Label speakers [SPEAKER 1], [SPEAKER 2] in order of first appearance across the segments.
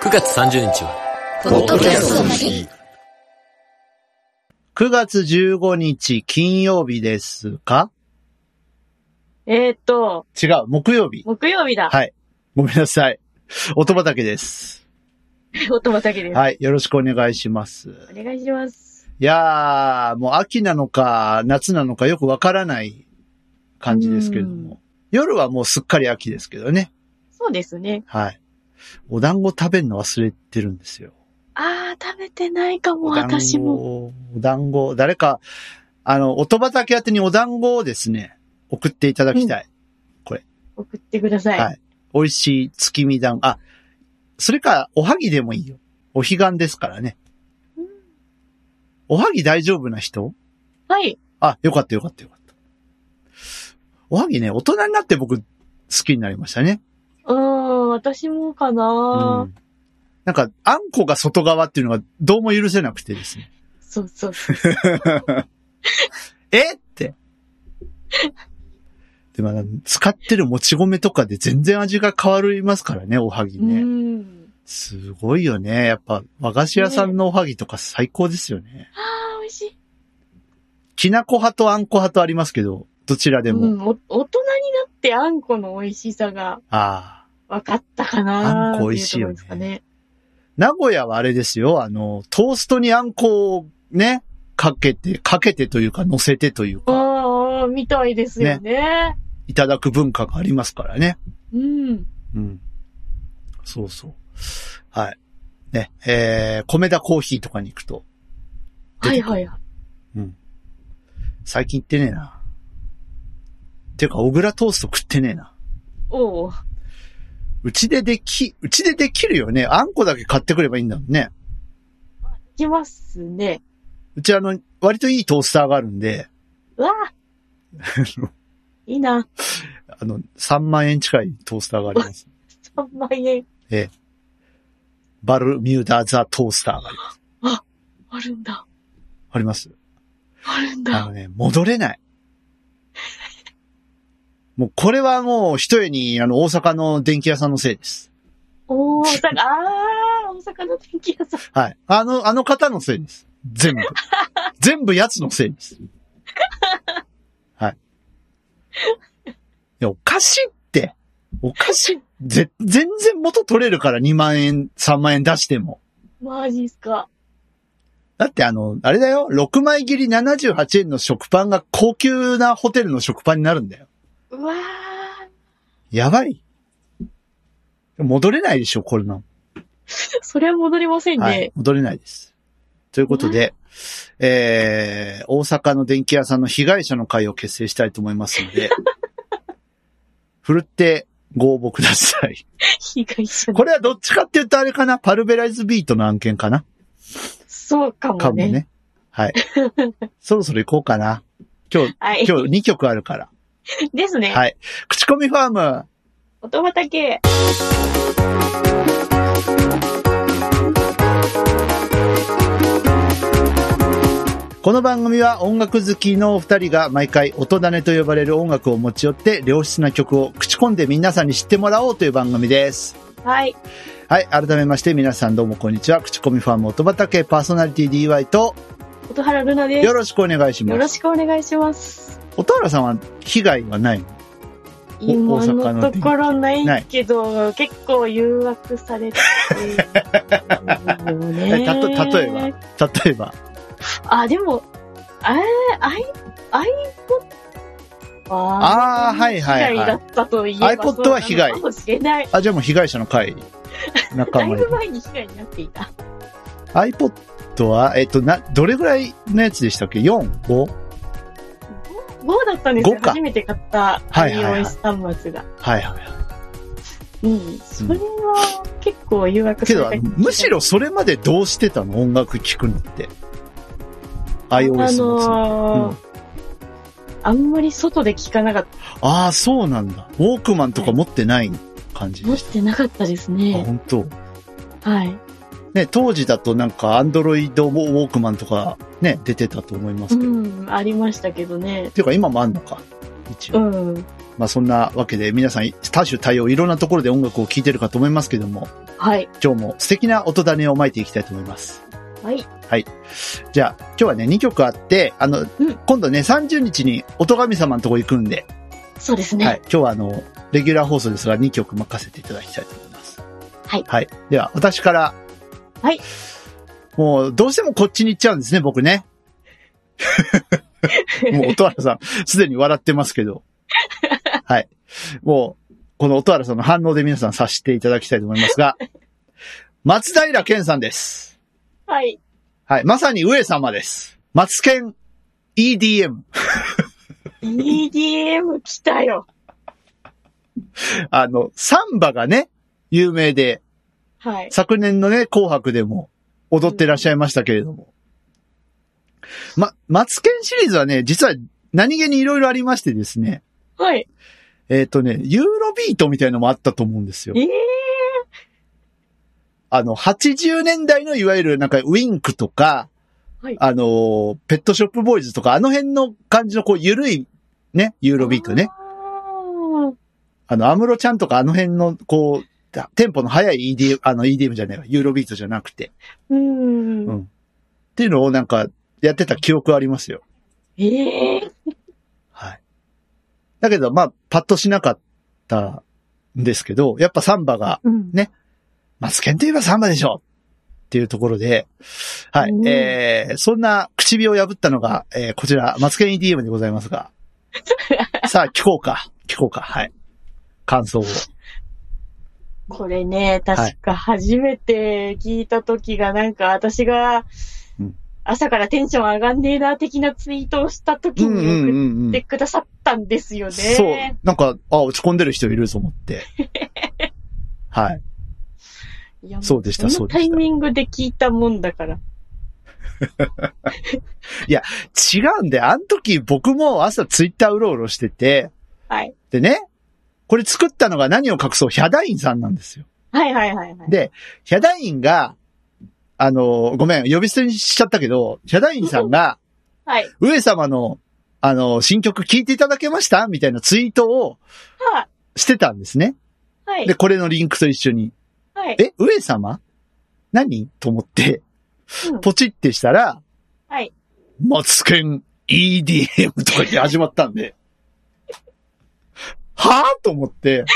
[SPEAKER 1] 9月30日は、
[SPEAKER 2] ポッドキャストの日。
[SPEAKER 3] 9月15日金曜日ですか
[SPEAKER 4] えー、っと、
[SPEAKER 3] 違う、木曜日。
[SPEAKER 4] 木曜日だ。
[SPEAKER 3] はい。ごめんなさい。音畑です。
[SPEAKER 4] 夫畑です。
[SPEAKER 3] はい。よろしくお願いします。
[SPEAKER 4] お願いします。
[SPEAKER 3] いやー、もう秋なのか夏なのかよくわからない感じですけれども。夜はもうすっかり秋ですけどね。
[SPEAKER 4] そうですね。
[SPEAKER 3] はい。お団子食べるの忘れてるんですよ。
[SPEAKER 4] あー、食べてないかも、
[SPEAKER 3] お団子
[SPEAKER 4] 私も。
[SPEAKER 3] お団子、誰か、あの、音畑宛てにお団子をですね、送っていただきたい。
[SPEAKER 4] 送ってください。
[SPEAKER 3] はい美味しい月見団子。あ、それか、おはぎでもいいよ。お彼岸ですからね。
[SPEAKER 4] うん
[SPEAKER 3] おはぎ大丈夫な人
[SPEAKER 4] はい。
[SPEAKER 3] あ、よかったよかったよかった。おはぎね、大人になって僕、好きになりましたね。
[SPEAKER 4] うーん、私もか
[SPEAKER 3] う
[SPEAKER 4] な、
[SPEAKER 3] ん。なんか、あんこが外側っていうのがどうも許せなくてですね。
[SPEAKER 4] そうそうそう。
[SPEAKER 3] えって。でもあの、使ってるもち米とかで全然味が変わりますからね、おはぎ
[SPEAKER 4] う
[SPEAKER 3] ね。
[SPEAKER 4] ん。
[SPEAKER 3] すごいよね。やっぱ、和菓子屋さんのおはぎとか最高ですよね。
[SPEAKER 4] あー、美味しい。
[SPEAKER 3] きなこ派とあんこ派とありますけど、どちらでも。
[SPEAKER 4] うん、お大人になってあんこの美味しさが
[SPEAKER 3] ああ。
[SPEAKER 4] 分かったかな
[SPEAKER 3] あんこ美味しいよね
[SPEAKER 4] ってうところですかね。
[SPEAKER 3] 名古屋はあれですよ、あの、トーストにあんこをね、かけて、かけてというか、乗せてというか、
[SPEAKER 4] あー、みたいですよね。
[SPEAKER 3] いただく文化がありますからね。
[SPEAKER 4] うん。
[SPEAKER 3] うん。そうそう。はい。ね、えー、米田コーヒーとかに行くと、
[SPEAKER 4] はいはいはい。
[SPEAKER 3] 最近行ってねえな。ていうか、小倉トースト食ってねえな。
[SPEAKER 4] おう
[SPEAKER 3] うちででき、うちでできるよね。あんこだけ買ってくればいいんだもんね。
[SPEAKER 4] いきますね。
[SPEAKER 3] うちあの、割といいトースターがあるんで、
[SPEAKER 4] う わあいいな。
[SPEAKER 3] あの、3万円近いトースターがあります。
[SPEAKER 4] 3万円
[SPEAKER 3] バルミューダザトースターがあります。
[SPEAKER 4] あるんだ。
[SPEAKER 3] あります。
[SPEAKER 4] あるん
[SPEAKER 3] あ
[SPEAKER 4] だ。
[SPEAKER 3] のね、戻れない。もうこれはもう一重にあの大阪の電気屋さんのせいです。
[SPEAKER 4] おー大阪、あー、大阪の天気屋さん。
[SPEAKER 3] はい。あの、あの方のせいです。全部。全部奴のせいです。はい。いや、おかしいって。おかしい。ぜ、全然元取れるから2万円、3万円出しても。
[SPEAKER 4] マジっすか。
[SPEAKER 3] だってあの、あれだよ、6枚切り78円の食パンが高級なホテルの食パンになるんだよ。
[SPEAKER 4] うわー
[SPEAKER 3] やばい。戻れないでしょ、これの。
[SPEAKER 4] それは戻りませんね。
[SPEAKER 3] はい。戻れないです。ということで、えー、大阪の電気屋さんの被害者の会を結成したいと思いますので、ふるってご応募ください。
[SPEAKER 4] 被害者の
[SPEAKER 3] これはどっちかって言うとあれかなパルベライズビートの案件かな
[SPEAKER 4] そうかもね。
[SPEAKER 3] かもね。はい。そろそろ行こうかな。今日、
[SPEAKER 4] はい。
[SPEAKER 3] 今日2曲あるから。
[SPEAKER 4] ですね。
[SPEAKER 3] はい口コミファーム。
[SPEAKER 4] 音畑。
[SPEAKER 3] この番組は音楽好きのお二人が毎回音種と呼ばれる音楽を持ち寄って良質な曲を口コんで皆さんに知ってもらおうという番組です。
[SPEAKER 4] はい。
[SPEAKER 3] はい、改めまして皆さんどうもこんにちは。口コミファーム音畑パーソナリティ DY と
[SPEAKER 4] 音原ルナです。
[SPEAKER 3] よろしくお願いし
[SPEAKER 4] よ
[SPEAKER 3] ま
[SPEAKER 4] ろ
[SPEAKER 3] す。
[SPEAKER 4] しくお願いします。
[SPEAKER 3] 音原さんは被害はないの
[SPEAKER 4] 今
[SPEAKER 3] 大阪の
[SPEAKER 4] のとこ
[SPEAKER 3] な
[SPEAKER 4] ろないいけど、結構誘惑されてるよ
[SPEAKER 3] え
[SPEAKER 4] ね。
[SPEAKER 3] たと例えば例えば。
[SPEAKER 4] あ、でも、あれ、アイ、アイポッ
[SPEAKER 3] あーはいはいはい
[SPEAKER 4] 被害だったと言えば
[SPEAKER 3] iPod
[SPEAKER 4] そうなの
[SPEAKER 3] は被害
[SPEAKER 4] かもしれない。
[SPEAKER 3] あ、じゃあもう被害者の会、仲
[SPEAKER 4] だい
[SPEAKER 3] 間に
[SPEAKER 4] ぶ。前に被害になっていた。
[SPEAKER 3] iPod は、えっと、な、どれぐらいのやつでしたっけ ?4、5?
[SPEAKER 4] 5だったんですよ。
[SPEAKER 3] 5か
[SPEAKER 4] 初めて買った
[SPEAKER 3] はいはいはい
[SPEAKER 4] iOS 端末が。
[SPEAKER 3] はいはいは
[SPEAKER 4] うん。それは結構誘惑
[SPEAKER 3] い。けど、
[SPEAKER 4] さ
[SPEAKER 3] あ
[SPEAKER 4] れ
[SPEAKER 3] の
[SPEAKER 4] た
[SPEAKER 3] むしろそれまでどうしてたの音楽聴くのって。iOS の
[SPEAKER 4] あ
[SPEAKER 3] やつ
[SPEAKER 4] の
[SPEAKER 3] うん
[SPEAKER 4] ー、あんまり外で聞かなかった。
[SPEAKER 3] ああ、そうなんだ。ウォークマンとか持ってない感じ
[SPEAKER 4] 持
[SPEAKER 3] で
[SPEAKER 4] っ
[SPEAKER 3] した
[SPEAKER 4] てなかったです
[SPEAKER 3] あ、
[SPEAKER 4] ね。
[SPEAKER 3] 本当。
[SPEAKER 4] はい。
[SPEAKER 3] ね、当時だとなんか、アンドロイドウォークマンとかね、出てたと思いま
[SPEAKER 4] う
[SPEAKER 3] すけど。っ
[SPEAKER 4] ん、ありましたけどね。
[SPEAKER 3] ていうか、今もあんのか。一
[SPEAKER 4] う
[SPEAKER 3] 応。
[SPEAKER 4] ん。
[SPEAKER 3] まあそんなわけで皆さん多種多様いろんなところで音楽を聴いてるかと思いますけども、
[SPEAKER 4] はい。
[SPEAKER 3] 今日も素敵な音種をまいていきたいと思います。
[SPEAKER 4] はい。
[SPEAKER 3] じゃあ今日はね2曲あって、あの、今度ね30日に音神様のとこ行くんで、
[SPEAKER 4] そうですね。
[SPEAKER 3] はい。今日はあの、レギュラー放送ですが、2曲任せていただきたいと思います。
[SPEAKER 4] はい
[SPEAKER 3] はい。では、私から。
[SPEAKER 4] はい。
[SPEAKER 3] もう、どうしてもこっちに行っちゃうんですね、僕 ね。もう、音原さん、すでに笑ってますけど。はい。もう、この音原さんの反応で皆さん察していただきたいと思いますが、松平健さんです。
[SPEAKER 4] はい。
[SPEAKER 3] はい。まさに上様です。松健 EDM。
[SPEAKER 4] EDM 来たよ。
[SPEAKER 3] あの、サンバがね、有名で、
[SPEAKER 4] はい。
[SPEAKER 3] 昨年のね、紅白でも踊ってらっしゃいましたけれども。ま、マツケンシリーズはね、実は何気にいろいろありましてですね。
[SPEAKER 4] はい。
[SPEAKER 3] えっ、とね、ユーロビートみたいのもあったと思うんですよ
[SPEAKER 4] え。え
[SPEAKER 3] あの、80年代のいわゆるなんかウィンクとか、
[SPEAKER 4] はい
[SPEAKER 3] あのー、ペットショップボーイズとか、あの辺の感じのこう、ゆるいね、ユーロビートね。
[SPEAKER 4] あ
[SPEAKER 3] あの、アムロちゃんとかあの辺のこう、テンポの速い EDM、あの EDM じゃないわ、ユーロビートじゃなくて。
[SPEAKER 4] ーうん。
[SPEAKER 3] うんっていうのをなんかやってた記憶ありますよ。
[SPEAKER 4] ええ
[SPEAKER 3] はい。だけど、まあ、パッとしなかったんですけど、やっぱサンバが、
[SPEAKER 4] うん。
[SPEAKER 3] ねマツケンといえばサンバでしょっていうところで、はい
[SPEAKER 4] うん。
[SPEAKER 3] えー、そんな唇を破ったのが、えー、こちら、マツケン EDM でございます が。さあ、聞こうか。聞こうか。はい。感想を。
[SPEAKER 4] これね、確か初めて聞いた時がなんか私が
[SPEAKER 3] うん
[SPEAKER 4] 朝からテンション上がんねえな的なツイートをした時
[SPEAKER 3] うんうん
[SPEAKER 4] に送
[SPEAKER 3] うんう
[SPEAKER 4] っ
[SPEAKER 3] ん
[SPEAKER 4] て。くださったんですよね。
[SPEAKER 3] そう。なんか、あ、落ち込んでる人いると思 って。はい。
[SPEAKER 4] いや
[SPEAKER 3] そうでした
[SPEAKER 4] こ
[SPEAKER 3] そ
[SPEAKER 4] の
[SPEAKER 3] うでし
[SPEAKER 4] タ
[SPEAKER 3] た
[SPEAKER 4] イミングで聞いたもんだから。
[SPEAKER 3] 違うんで、あの時僕も朝ツイッターうろうろしてて、
[SPEAKER 4] はい。
[SPEAKER 3] でね、これ作ったのが何を隠そう、ヒャダインさんなんですよ。
[SPEAKER 4] はいはいはいはい。
[SPEAKER 3] で、ヒャダインが、あの、ごめん、呼び捨てにしちゃったけど、ヒャダインさんが、
[SPEAKER 4] はい。
[SPEAKER 3] 上様の、あの、新曲聴いていただけましたみたいなツイートを
[SPEAKER 4] は
[SPEAKER 3] してたんですね。
[SPEAKER 4] はい
[SPEAKER 3] で、。これのリンクと一緒に。
[SPEAKER 4] はい。
[SPEAKER 3] え、上様何と思って
[SPEAKER 4] うん、
[SPEAKER 3] ポチってしたら、
[SPEAKER 4] はい。
[SPEAKER 3] マツケン EDM とかで始まったんで、 はぁと思って、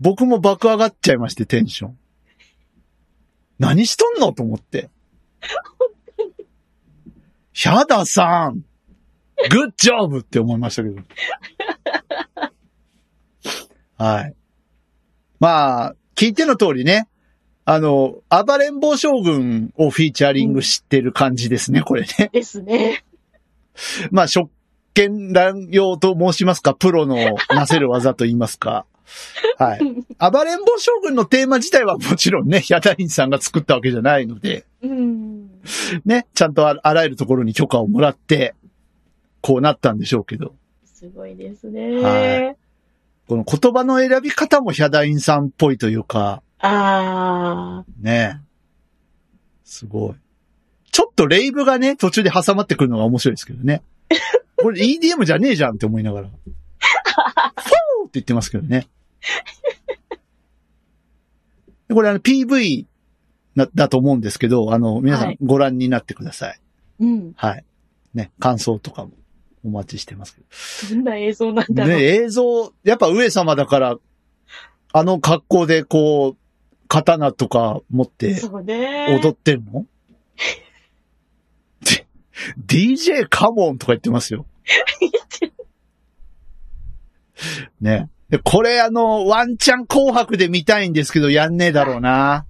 [SPEAKER 3] 僕も爆上がっちゃいまして、テンション。何しとんのと思って。ヒャダさんグッジョブって思いましたけど。はい。まあ、聞いての通りね、あの、暴れん坊将軍をフィーチャリングしてる感じですね、これね。
[SPEAKER 4] ですね。
[SPEAKER 3] まあ、職権乱用と申しますか、プロのなせる技と言いますか。はい。暴れん坊将軍のテーマ自体はもちろんね、ヒャダインさんが作ったわけじゃないので、
[SPEAKER 4] うん。
[SPEAKER 3] ね、ちゃんとああらゆるところに許可をもらって、こうなったんでしょうけど、
[SPEAKER 4] すごいですね。
[SPEAKER 3] はこの言葉の選び方もヒャダインさんっぽいというか、
[SPEAKER 4] あ
[SPEAKER 3] ね。すごい。ちょっとレイブがね、途中で挟まってくるのが面白いですけどね。これ EDM じゃねえじゃんって思いながら。フォーって言ってますけどね。でこれあの PV なだと思うんですけど、あの、皆さ
[SPEAKER 4] は
[SPEAKER 3] ん
[SPEAKER 4] い
[SPEAKER 3] ご覧になってください。
[SPEAKER 4] ー。うん。
[SPEAKER 3] はい。ね、感想とかもお待ちしてますけ
[SPEAKER 4] どんな映像なん
[SPEAKER 3] ど。
[SPEAKER 4] だろう。
[SPEAKER 3] ね、映像、やっぱ上様だから、あの格好でこう、刀とか持って、
[SPEAKER 4] そうね。
[SPEAKER 3] 踊ってんの ?DJ カモンとか言ってます よ。ね。でこれあの、ワンチャン紅白で見たいんですけど、やんねえだろうな。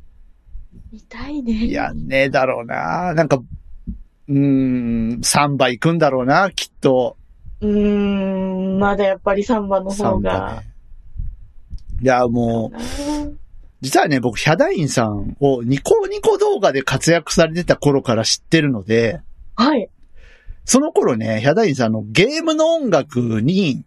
[SPEAKER 4] 見たいね。
[SPEAKER 3] やんねえだろうな。なんか、うーん、サンバ行くんだろうな、きっと。
[SPEAKER 4] うーん、まだやっぱりサンバの
[SPEAKER 3] サ
[SPEAKER 4] 方
[SPEAKER 3] ン
[SPEAKER 4] が
[SPEAKER 3] バ。ね。いや、もう、実はね、僕、ヒャダインさんをニコニコ動画で活躍されてた頃から知ってるので、
[SPEAKER 4] はい、
[SPEAKER 3] その頃ね、ヒャダインさんのゲームの音楽に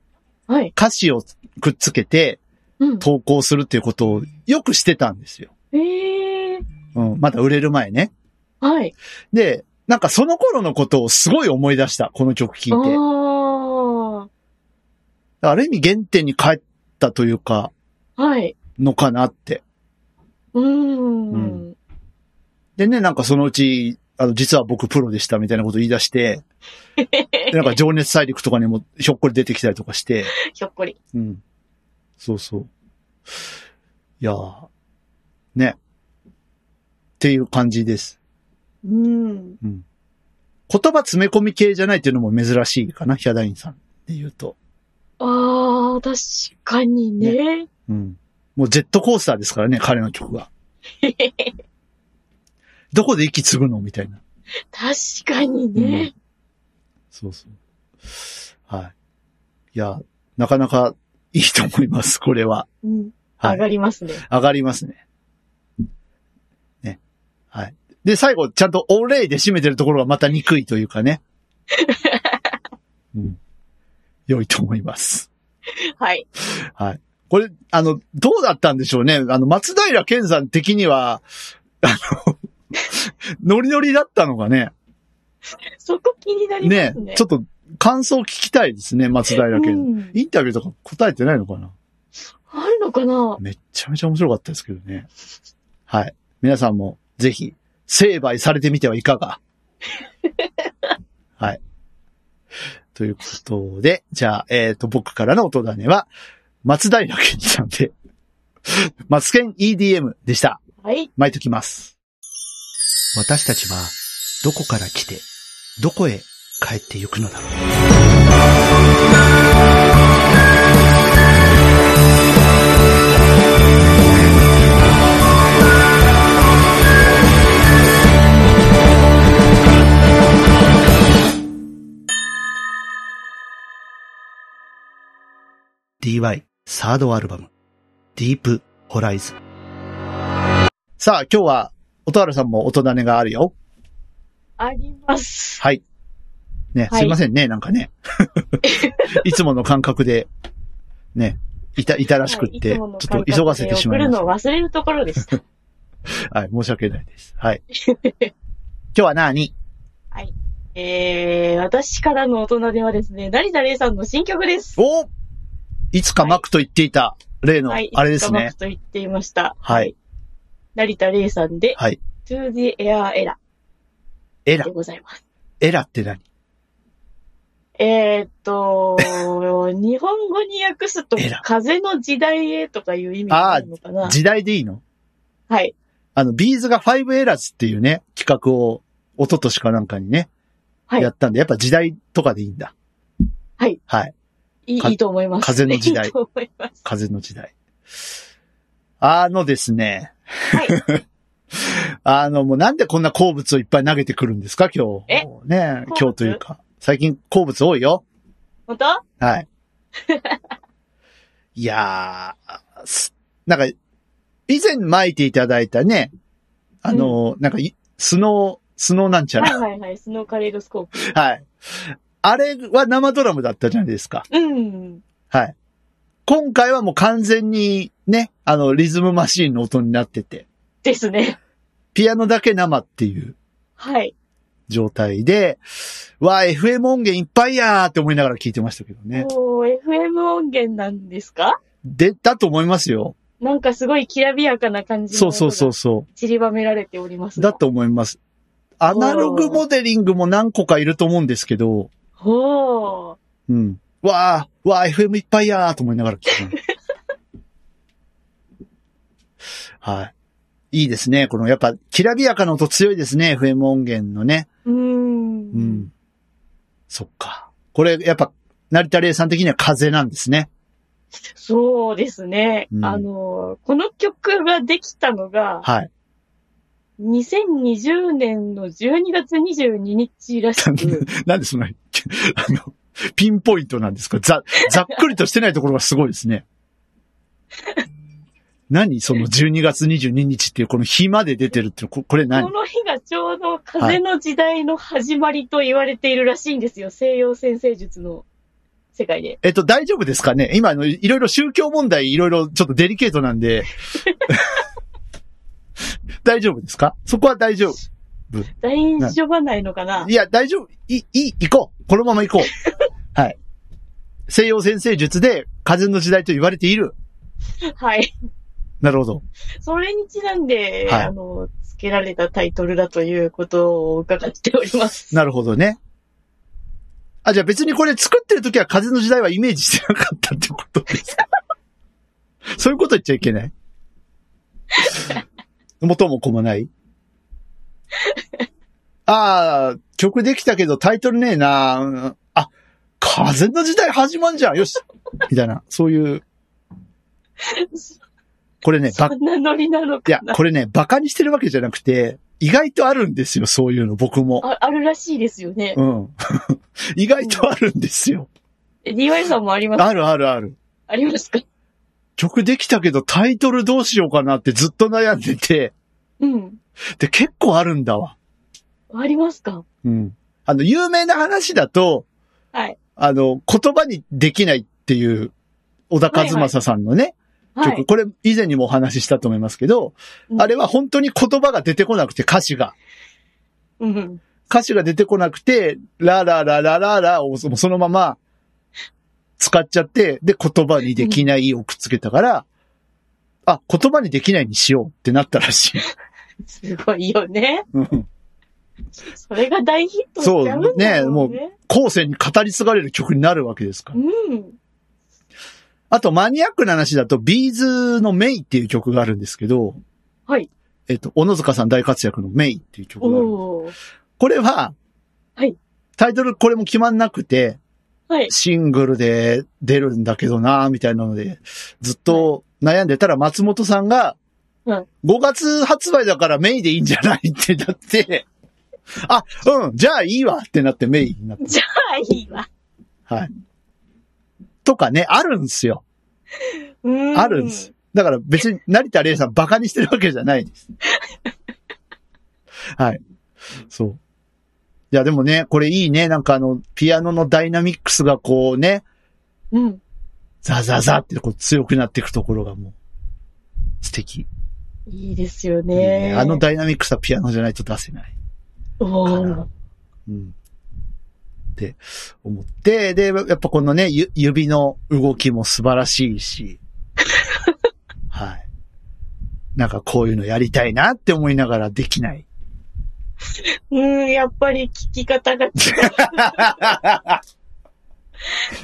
[SPEAKER 4] はい。
[SPEAKER 3] 歌詞をくっつけて
[SPEAKER 4] うん。
[SPEAKER 3] 投稿するっていうことをよくしてたんですよ。
[SPEAKER 4] ええ
[SPEAKER 3] うん、まだ売れる前ね。
[SPEAKER 4] はい。
[SPEAKER 3] で、なんかその頃のことをすごい思い出した、この曲聴いて。
[SPEAKER 4] あ
[SPEAKER 3] ある意味原点に帰ったというか、
[SPEAKER 4] あ。はい。
[SPEAKER 3] のかなって。
[SPEAKER 4] うーん。
[SPEAKER 3] うんでね、なんかそのうち、あの、実は僕プロでしたみたいなこと言い出して、でなんか情熱大陸とかにもひょっこり出てきたりとかして、
[SPEAKER 4] ひょっこり。
[SPEAKER 3] うん。そうそう。いやーね。っていう感じです。
[SPEAKER 4] うん。
[SPEAKER 3] 言葉詰め込み系じゃないっていうのも珍しいかな、ヒャダインさんで言うと。
[SPEAKER 4] ああ、確かにね。
[SPEAKER 3] うん。もうジェットコースターですからね、彼の曲 が。どこで息継ぐのみたいな。
[SPEAKER 4] 確かにね。
[SPEAKER 3] そうそう。はい。いや、なかなかいいと思います、これは。
[SPEAKER 4] うん。
[SPEAKER 3] は
[SPEAKER 4] 上
[SPEAKER 3] い。
[SPEAKER 4] がりますね。
[SPEAKER 3] 上がりますね。ね。はい。で、最後、ちゃんとお礼で締めてるところがまた憎いというかね。うん。良いと思います。
[SPEAKER 4] はい。
[SPEAKER 3] はい。これ、あの、どうだったんでしょうね。あの、松平健さん的には、あの、 ノリノリだったのがね。
[SPEAKER 4] そこ気になりま
[SPEAKER 3] ね
[SPEAKER 4] すね。
[SPEAKER 3] ちょっと感想聞きたいですね、松平健さん。
[SPEAKER 4] うん
[SPEAKER 3] インタビューとか答えてないのかな
[SPEAKER 4] あるのかな
[SPEAKER 3] めっちゃめちゃ面白かったですけどね。はい。皆さんもぜひ、成敗されてみてはいかがはい。ということで、じゃあ、えっ、と、僕からの音種は、松平健さんで、松健 EDM でした。
[SPEAKER 4] はい。
[SPEAKER 3] 巻いときます。私たちは、どこから来て、どこへ帰ってゆくのだろう。DY サードアルバム、ディープホライズン。さあ、今日は、音原さんも音種があるよ。
[SPEAKER 4] あります。
[SPEAKER 3] はい。ね、
[SPEAKER 4] はい
[SPEAKER 3] すいませんね、なんか ね。いつもの感覚で、ね、いた、いたらしくって、ち
[SPEAKER 4] はいいつ
[SPEAKER 3] ょ
[SPEAKER 4] も
[SPEAKER 3] っ
[SPEAKER 4] の
[SPEAKER 3] と急がせてしまいまし
[SPEAKER 4] 感覚で送るのを忘れるところでした。
[SPEAKER 3] た。はい、申し訳ないです。 はい。今日は何
[SPEAKER 4] えー、私からの大人ではですね、成田玲さんの新曲です。
[SPEAKER 3] おいつかマクと言っていた、例の、あれです
[SPEAKER 4] いつかマ
[SPEAKER 3] ね
[SPEAKER 4] ク。と言っていました。
[SPEAKER 3] はい。
[SPEAKER 4] 成田玲さんで、
[SPEAKER 3] はい。
[SPEAKER 4] To the Air Era
[SPEAKER 3] エラ
[SPEAKER 4] で、ございます。
[SPEAKER 3] エラって何
[SPEAKER 4] えーっ と、日本語に訳すと
[SPEAKER 3] エラ、
[SPEAKER 4] 風の時代へとかいう意味があるのかな。
[SPEAKER 3] 時代でいいの
[SPEAKER 4] はい。
[SPEAKER 3] あの、ビーズがファイブエラスっていうね、企画を、一昨年かなんかにね、
[SPEAKER 4] はい
[SPEAKER 3] やったんで、やっぱ時代とかでいいんだ。
[SPEAKER 4] はい。
[SPEAKER 3] はい。
[SPEAKER 4] いい
[SPEAKER 3] か
[SPEAKER 4] いいと思います。
[SPEAKER 3] 風の時代
[SPEAKER 4] いいと思います。
[SPEAKER 3] 風の時代。あのですね。
[SPEAKER 4] はい。
[SPEAKER 3] あの、もうなんでこんな鉱物をいっぱい投げてくるんですか今日。
[SPEAKER 4] え
[SPEAKER 3] ね
[SPEAKER 4] 鉱物
[SPEAKER 3] 今日というか。最近鉱物多いよ。
[SPEAKER 4] 本当
[SPEAKER 3] はい。 いやー、すなんか、以前巻いていただいたね、あの、なんかい、スノー、スノーなんちゃ
[SPEAKER 4] はい
[SPEAKER 3] ら。
[SPEAKER 4] はいはい。スノーカレードスコープ。
[SPEAKER 3] はい。あれは生ドラムだったじゃないですか。
[SPEAKER 4] うん。
[SPEAKER 3] はい。今回はもう完全にね、あの、リズムマシーンの音になってて。
[SPEAKER 4] ですね。
[SPEAKER 3] ピアノだけ生っていう
[SPEAKER 4] はい。
[SPEAKER 3] 状態で、わあ、FM 音源いっぱいやーって思いながら聞いてましたけどね。
[SPEAKER 4] もう FM 音源なんですか
[SPEAKER 3] で、だと思いますよ。
[SPEAKER 4] なんかすごいきらびやかな感じの。
[SPEAKER 3] そうそうそう。そ
[SPEAKER 4] 散りばめられております
[SPEAKER 3] う。
[SPEAKER 4] が。
[SPEAKER 3] だと思います。アナログモデリングも何個かいると思うんですけど、
[SPEAKER 4] ほう。
[SPEAKER 3] うん。わあ、わあ、FM いっぱいやーと思いながら聞いてます。 はい。いいですね。この、やっぱ、きらびやかな音強いですね。FM 音源のね。
[SPEAKER 4] うー。
[SPEAKER 3] うんん。そっか。これ、やっぱ、成田玲さん的には風なんですね。
[SPEAKER 4] そうですね。
[SPEAKER 3] うん
[SPEAKER 4] あの、この曲ができたのが、
[SPEAKER 3] はい。
[SPEAKER 4] 2020年の12月22日らしく、
[SPEAKER 3] なんでそんな、あの、ピンポイントなんですかざ、ざっくりとしてないところがすごいですね。 何その12月22日っていうこの日まで出てるっていうここれ
[SPEAKER 4] こ
[SPEAKER 3] 何
[SPEAKER 4] の日がちょうど風の時代の始まりと言われているらしいんですよ。西洋先生術の世界で。
[SPEAKER 3] えっと、大丈夫ですかね今あの、いろいろ宗教問題いろいろちょっとデリケー トなんで。大丈夫ですかそこは大丈夫。ブ。
[SPEAKER 4] 大丈夫ないのかない
[SPEAKER 3] や、大丈夫。い、い、行こう。このまま行こう。はい。西洋先生術で風の時代と言われている。
[SPEAKER 4] はい。
[SPEAKER 3] なるほど。
[SPEAKER 4] それにちなんで、
[SPEAKER 3] はい
[SPEAKER 4] あの、付けられたタイトルだということを伺っております。
[SPEAKER 3] なるほどね。あ、じゃあ別にこれ作ってる時は風の時代はイメージしてなかったってことですか そういうこと言っちゃいけない。 元も子もない。 ああ、曲できたけどタイトルねえなうんあ、風の時代始まんじゃん。よし。 みたいな。そういう、これね、ば
[SPEAKER 4] そんなノリなの
[SPEAKER 3] いや
[SPEAKER 4] か、な
[SPEAKER 3] これね、バカにしてるわけじゃなくて、意外とあるんですよ、そういうの、僕も。
[SPEAKER 4] ああるらしいですよね。
[SPEAKER 3] うん。 意外とあるんですよ。
[SPEAKER 4] え DY さんもありま す、
[SPEAKER 3] あるあるある。
[SPEAKER 4] ありますか
[SPEAKER 3] 曲できたけどタイトルどうしようかなってずっと悩んでて、
[SPEAKER 4] うん。
[SPEAKER 3] で、結構あるんだわ。
[SPEAKER 4] ありますか
[SPEAKER 3] うん。あの、有名な話だと、
[SPEAKER 4] はい。
[SPEAKER 3] あの、言葉にできないっていう、小田和正さんのね、
[SPEAKER 4] は
[SPEAKER 3] 曲、
[SPEAKER 4] い。
[SPEAKER 3] これ以前にもお話ししたと思いますけど、
[SPEAKER 4] うん
[SPEAKER 3] あれは本当に言葉が出てこなくて、歌詞が。
[SPEAKER 4] うん。
[SPEAKER 3] 歌詞が出てこなくて、ララララララをそのまま使っちゃって、で、言葉にできないをくっつけたから、あ、言葉にできないにしようってなったらしい。
[SPEAKER 4] すごいよね。
[SPEAKER 3] うん
[SPEAKER 4] それが大ヒットしちゃうんだもんね。
[SPEAKER 3] 後世に語り継がれる曲になるわけですから。
[SPEAKER 4] うん。
[SPEAKER 3] あと、マニアックな話だと、ビーズのメイっていう曲があるんですけど、
[SPEAKER 4] はい。
[SPEAKER 3] えっと、小野塚さん大活躍のメイっていう曲がある。
[SPEAKER 4] おー。
[SPEAKER 3] これは、
[SPEAKER 4] はい
[SPEAKER 3] タイトルこれも決まんなくて、
[SPEAKER 4] はい。
[SPEAKER 3] シングルで出るんだけどな、みたいなので、ずっと悩んでたら松本さんが、
[SPEAKER 4] うん
[SPEAKER 3] 5月発売だからメイでいいんじゃないってな って、あ、うん、じゃあいいわってなってメイになった。
[SPEAKER 4] じゃあいいわ。
[SPEAKER 3] はい。とかね、あるんですよ。
[SPEAKER 4] うん。
[SPEAKER 3] あるんです。。だから別に成田玲さんバカにしてるわけじゃない です。はい。そう。いやでもね、これいいね。なんかあの、ピアノのダイナミックスがこうね、
[SPEAKER 4] うん。
[SPEAKER 3] ザザザってこう強くなっていくところがもう、素敵。
[SPEAKER 4] いいですよ
[SPEAKER 3] いいね
[SPEAKER 4] ね。
[SPEAKER 3] あのダイナミックさピアノじゃないと出せない。
[SPEAKER 4] お
[SPEAKER 3] か
[SPEAKER 4] ー
[SPEAKER 3] な。うん。って思って、で、やっぱこのね、ゆ指の動きも素晴らしいし、はい。なんかこういうのやりたいなって思いながらできない。
[SPEAKER 4] うん、やっぱり聞き 方が違う。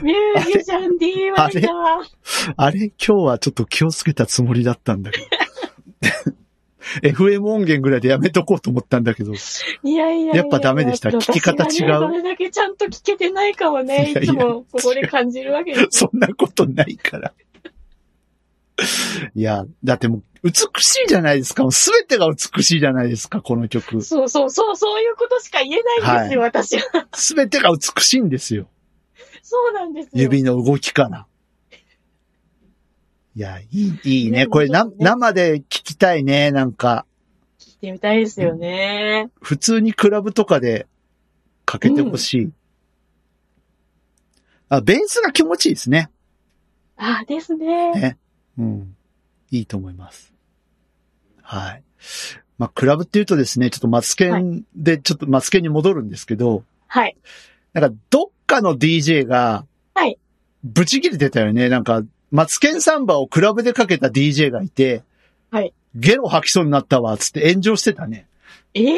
[SPEAKER 4] ミュージシャン DY だ。
[SPEAKER 3] あれ今日はちょっと気をつけたつもりだったんだけ ど。FM 音源ぐらいでやめとこうと思ったんだけど、
[SPEAKER 4] いやいやいや。
[SPEAKER 3] やっぱダメでした
[SPEAKER 4] ちょっと
[SPEAKER 3] 聞き方違う
[SPEAKER 4] 私がねそれだけちゃんと聞けてないかも
[SPEAKER 3] いや
[SPEAKER 4] ね。
[SPEAKER 3] いや
[SPEAKER 4] いつもここで感じるわけです。
[SPEAKER 3] そんなことないから。いや、だってもう、美しいじゃないですか。すべてが美しいじゃないですか、この曲。
[SPEAKER 4] そうそうそう、そういうことしか言えないんですよ、私は。
[SPEAKER 3] すべてが美しいんですよ。
[SPEAKER 4] そうなんですよ。
[SPEAKER 3] 指の動きから。いや、いい、いいね。
[SPEAKER 4] ね
[SPEAKER 3] これな、
[SPEAKER 4] 本当にね
[SPEAKER 3] 生で聞きたいね。なんか、
[SPEAKER 4] 聞いてみたいですよね。
[SPEAKER 3] 普通にクラブとかでかけてほしい。あ、ベースが気持ちいいですね。
[SPEAKER 4] あ、ですね。
[SPEAKER 3] うん。いいと思います。はい。まあ、クラブって言うとですね、ちょっとマツケ
[SPEAKER 4] は
[SPEAKER 3] ンで、ちょっとマツケンに戻るんですけど、
[SPEAKER 4] はい。
[SPEAKER 3] なんかどっかの DJ が、
[SPEAKER 4] はい。
[SPEAKER 3] ぶち切れてたよね。なんか、マツケンサンバをクラブでかけた DJ がいて、
[SPEAKER 4] はい。
[SPEAKER 3] ゲロ吐きそうになったわ、つって炎上してたね。
[SPEAKER 4] ええ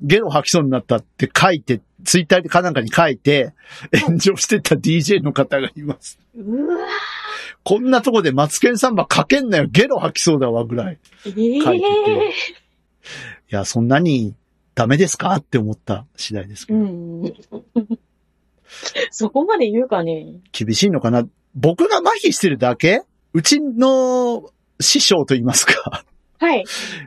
[SPEAKER 3] ゲロ吐きそうになったって書いて、ツイッターかなんかに書いて、炎上してた DJ の方がいます。
[SPEAKER 4] うわ
[SPEAKER 3] こんなとこでマツケンサンバかけんなよ、ゲロ吐きそうだわ、ぐらい。書
[SPEAKER 4] え
[SPEAKER 3] いて
[SPEAKER 4] え
[SPEAKER 3] いや、そんなにダメですかって思った次第ですけ
[SPEAKER 4] う
[SPEAKER 3] ど、
[SPEAKER 4] ん。そこまで言うかね。
[SPEAKER 3] 厳しいのかな僕が麻痺してるだけうちの師匠と言いますか、
[SPEAKER 4] はい。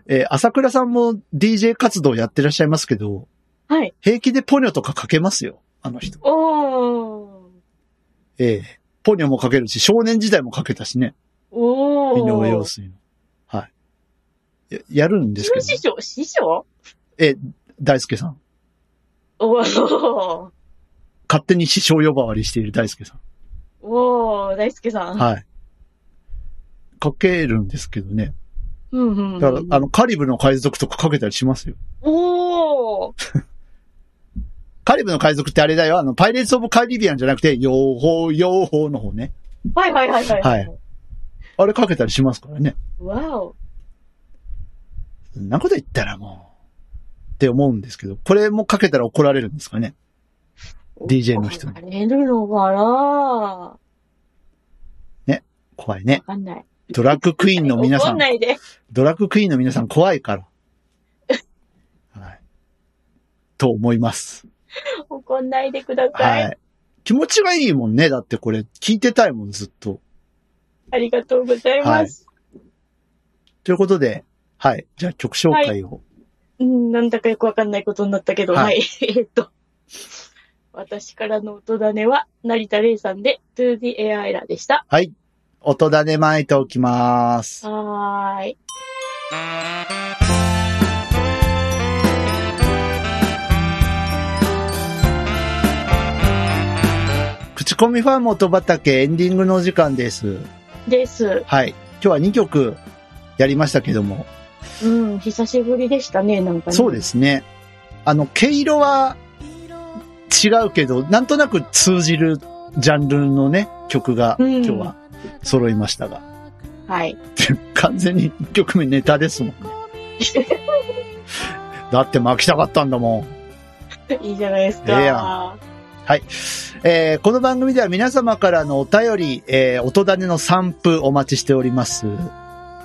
[SPEAKER 3] えー朝倉さんも DJ 活動やってらっしゃいますけど、
[SPEAKER 4] はい。
[SPEAKER 3] 平気でポニョとかかけますよ、あの人。
[SPEAKER 4] おー。
[SPEAKER 3] えーポニョもかけるし、少年時代もかけたしね、
[SPEAKER 4] おー。
[SPEAKER 3] 井上陽水の。はい。ややるんですけど、
[SPEAKER 4] 師匠師匠
[SPEAKER 3] 大輔さん。
[SPEAKER 4] おー。
[SPEAKER 3] 勝手に師匠呼ばわりしている大輔さん。
[SPEAKER 4] おー、大輔さん。
[SPEAKER 3] はい。かけるんですけどね。
[SPEAKER 4] うんうんうん。
[SPEAKER 3] だから、あの、カリブの海賊とかかけたりしますよ。カリブの海賊ってあれだよ、あの、パイレーツ・オブ・カリビアンじゃなくて、ヨーホー、ヨーホーの方ね。
[SPEAKER 4] はいはいはいはい。
[SPEAKER 3] はい。あれかけたりしますからね。
[SPEAKER 4] わお。
[SPEAKER 3] そんなこと言ったらもう、って思うんですけど、これもかけたら怒られるんですかね。DJ の人に
[SPEAKER 4] 怒られるのかなわ
[SPEAKER 3] 怖いね。
[SPEAKER 4] かんない。
[SPEAKER 3] ドラッグクイーンの皆さ
[SPEAKER 4] 怒ん
[SPEAKER 3] ん、
[SPEAKER 4] ないで。
[SPEAKER 3] ドラッグクイーンの皆さん怖いから。はい。と思います。
[SPEAKER 4] 怒んないでくださ。
[SPEAKER 3] はいい。気持ちがいいもんね。だってこれ聞いてたいもん、ずっと。
[SPEAKER 4] ありがとうございます。
[SPEAKER 3] ということで、はい。じゃあ曲紹介を。
[SPEAKER 4] うん、なんだかよくわかんないことになったけど、
[SPEAKER 3] は
[SPEAKER 4] はい い。えっと。私からの音種は、成田玲さんで、To the Air Era でした。
[SPEAKER 3] はい。音種巻いておきます。
[SPEAKER 4] はーい。
[SPEAKER 3] 口コミファーム音畑エンディングのお時間です。
[SPEAKER 4] です。
[SPEAKER 3] はい。今日は2曲やりましたけども。
[SPEAKER 4] うん、久しぶりでしたね、なんかね。
[SPEAKER 3] そうですね。あの、毛色は違うけど、なんとなく通じるジャンルのね、曲が
[SPEAKER 4] うん
[SPEAKER 3] 今日は揃いましたが。
[SPEAKER 4] はい。
[SPEAKER 3] 完全に1曲目ネタです もんね。だって巻きたかったんだもん。
[SPEAKER 4] いいじゃないですか。
[SPEAKER 3] ええやはい。えーこの番組では皆様からのお便り、えー音種の散布お待ちしております。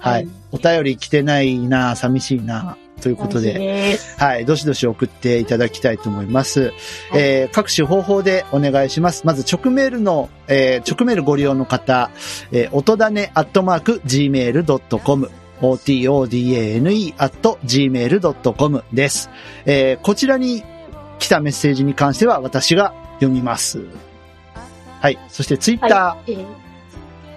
[SPEAKER 3] はい。お便り来てないな、寂しいな、ということで。
[SPEAKER 4] で。
[SPEAKER 3] はい、どしどし送っていただきたいと思います。えー各種方法でお願いします。まず直メールの、えー直メールご利用の方、えー音種アットマーク gmail.com otodane アット gmail.com です。えーこちらに来たメッセージに関しては私が読みます。はい。そしてツイッター。は
[SPEAKER 4] はい。え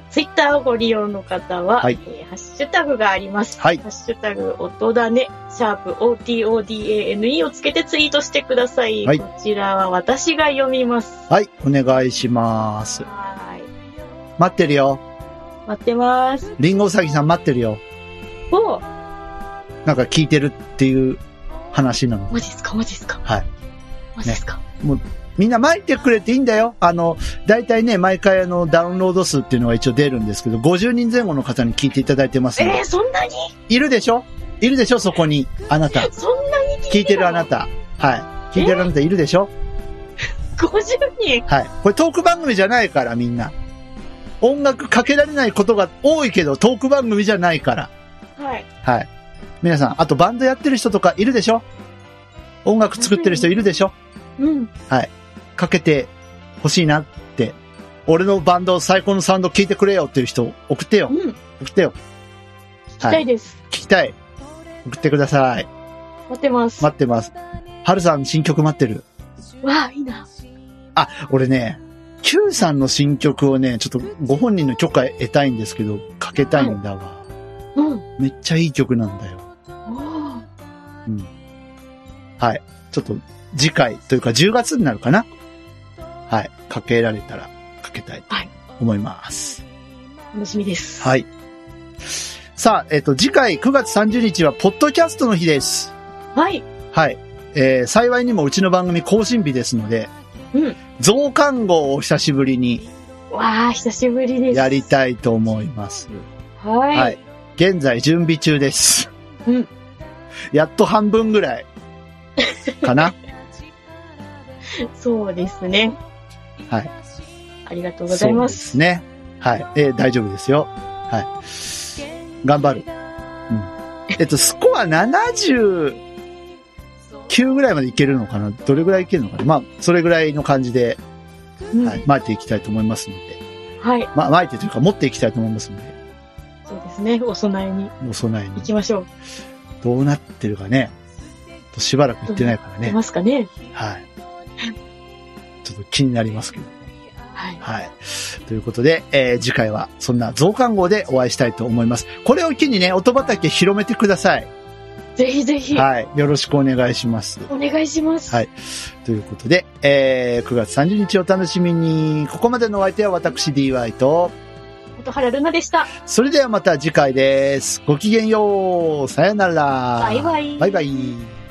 [SPEAKER 4] ツイッター Twitter をご利用の方は、
[SPEAKER 3] はい
[SPEAKER 4] えーハッシュタグがあります。
[SPEAKER 3] はい
[SPEAKER 4] ハッシュタグ、音だね、シャープ、OTODANE をつけてツイートしてください。
[SPEAKER 3] はい
[SPEAKER 4] こちらは私が読みます。
[SPEAKER 3] い。お願いします。
[SPEAKER 4] はーい。
[SPEAKER 3] 待ってるよ。
[SPEAKER 4] 待ってます。
[SPEAKER 3] リンゴウサギさん待ってるよ。
[SPEAKER 4] お
[SPEAKER 3] なんか聞いてるっていう話なの。
[SPEAKER 4] マジっすか、マジっすか。
[SPEAKER 3] はい。
[SPEAKER 4] マジっすか。
[SPEAKER 3] みんな巻いてくれていいんだよ。あの、大体ね、毎回あの、ダウンロード数っていうのが一応出るんですけど、50人前後の方に聞いていただいてますの
[SPEAKER 4] え
[SPEAKER 3] で
[SPEAKER 4] ー、そんなに
[SPEAKER 3] いるでしょいるでしょそこに。あなた。
[SPEAKER 4] そんなに
[SPEAKER 3] 聞いてるあな
[SPEAKER 4] た
[SPEAKER 3] た。はい。聞いてるあなたいるでしょ
[SPEAKER 4] ?50 人
[SPEAKER 3] はい。これトーク番組じゃないから、みんな。音楽かけられないことが多いけど、トーク番組じゃないから。
[SPEAKER 4] はい。
[SPEAKER 3] はい。皆さん、あとバンドやってる人とかいるでしょ音楽作ってる人いるでしょ
[SPEAKER 4] うん。
[SPEAKER 3] かけて欲しいなって。俺のバンド最高のサウンド聞いてくれよっていう人送ってよ
[SPEAKER 4] う。ん。聞
[SPEAKER 3] 送ってよ。
[SPEAKER 4] きたいです。
[SPEAKER 3] 聞きたい。送ってください。
[SPEAKER 4] 待ってます。
[SPEAKER 3] 待ってます。はるさん新曲待ってる。
[SPEAKER 4] わあ、いいな。
[SPEAKER 3] 俺ね、Q さんの新曲をね、ちょっとご本人の許可得たいんですけど、かけたいんだわ。
[SPEAKER 4] うん。
[SPEAKER 3] めっちゃいい曲なんだよ。
[SPEAKER 4] おー
[SPEAKER 3] うん。はい。ちょっと次回というか10月になるかな。はい。かけられたらかけたいと思います。
[SPEAKER 4] 楽しみです。
[SPEAKER 3] はい。さあ、えっ、と、次回9月30日は、ポッドキャストの日です。
[SPEAKER 4] はい。
[SPEAKER 3] はい。えー幸いにもうちの番組更新日ですので、
[SPEAKER 4] うん。
[SPEAKER 3] 増刊号を久しぶりに
[SPEAKER 4] わあ、久しぶりです。
[SPEAKER 3] やりたいと思います。
[SPEAKER 4] はい。
[SPEAKER 3] はい。現在準備中です。
[SPEAKER 4] うん。
[SPEAKER 3] やっと半分ぐらい、かな
[SPEAKER 4] そうですね。
[SPEAKER 3] はい。
[SPEAKER 4] ありがとうございま。
[SPEAKER 3] そうですすね。はい。えー大丈夫ですよ。はい。頑張る。うん。えっと、スコア79ぐらいまでいけるのかなどれぐらいいけるのかなまあ、それぐらいの感じで、
[SPEAKER 4] うん
[SPEAKER 3] はい、巻いていきたいと思いますので。
[SPEAKER 4] はい。
[SPEAKER 3] まあ、巻いてというか、持っていきたいと思いますので、
[SPEAKER 4] そうですね。お供えに
[SPEAKER 3] お供え
[SPEAKER 4] 行
[SPEAKER 3] に。
[SPEAKER 4] きましょう。
[SPEAKER 3] どうなってるかね。しばらく行ってないから
[SPEAKER 4] 行き
[SPEAKER 3] ね。
[SPEAKER 4] ますかね。
[SPEAKER 3] はい。ちょっと気になりますけど。
[SPEAKER 4] はい。
[SPEAKER 3] はい。ということで、えー次回はそんな増刊号でお会いしたいと思います。これを機にね、音畑広めてください。
[SPEAKER 4] ぜひぜひ、
[SPEAKER 3] はい。よろしくお願いします。
[SPEAKER 4] お願いします。
[SPEAKER 3] はいということで、えー9月30日お楽しみに。ここまでのお相手は私 DY と、
[SPEAKER 4] 本原ルナでした。
[SPEAKER 3] それではまた次回です。ごきげんよう。さよなら。
[SPEAKER 4] バイバイ
[SPEAKER 3] バイバイ。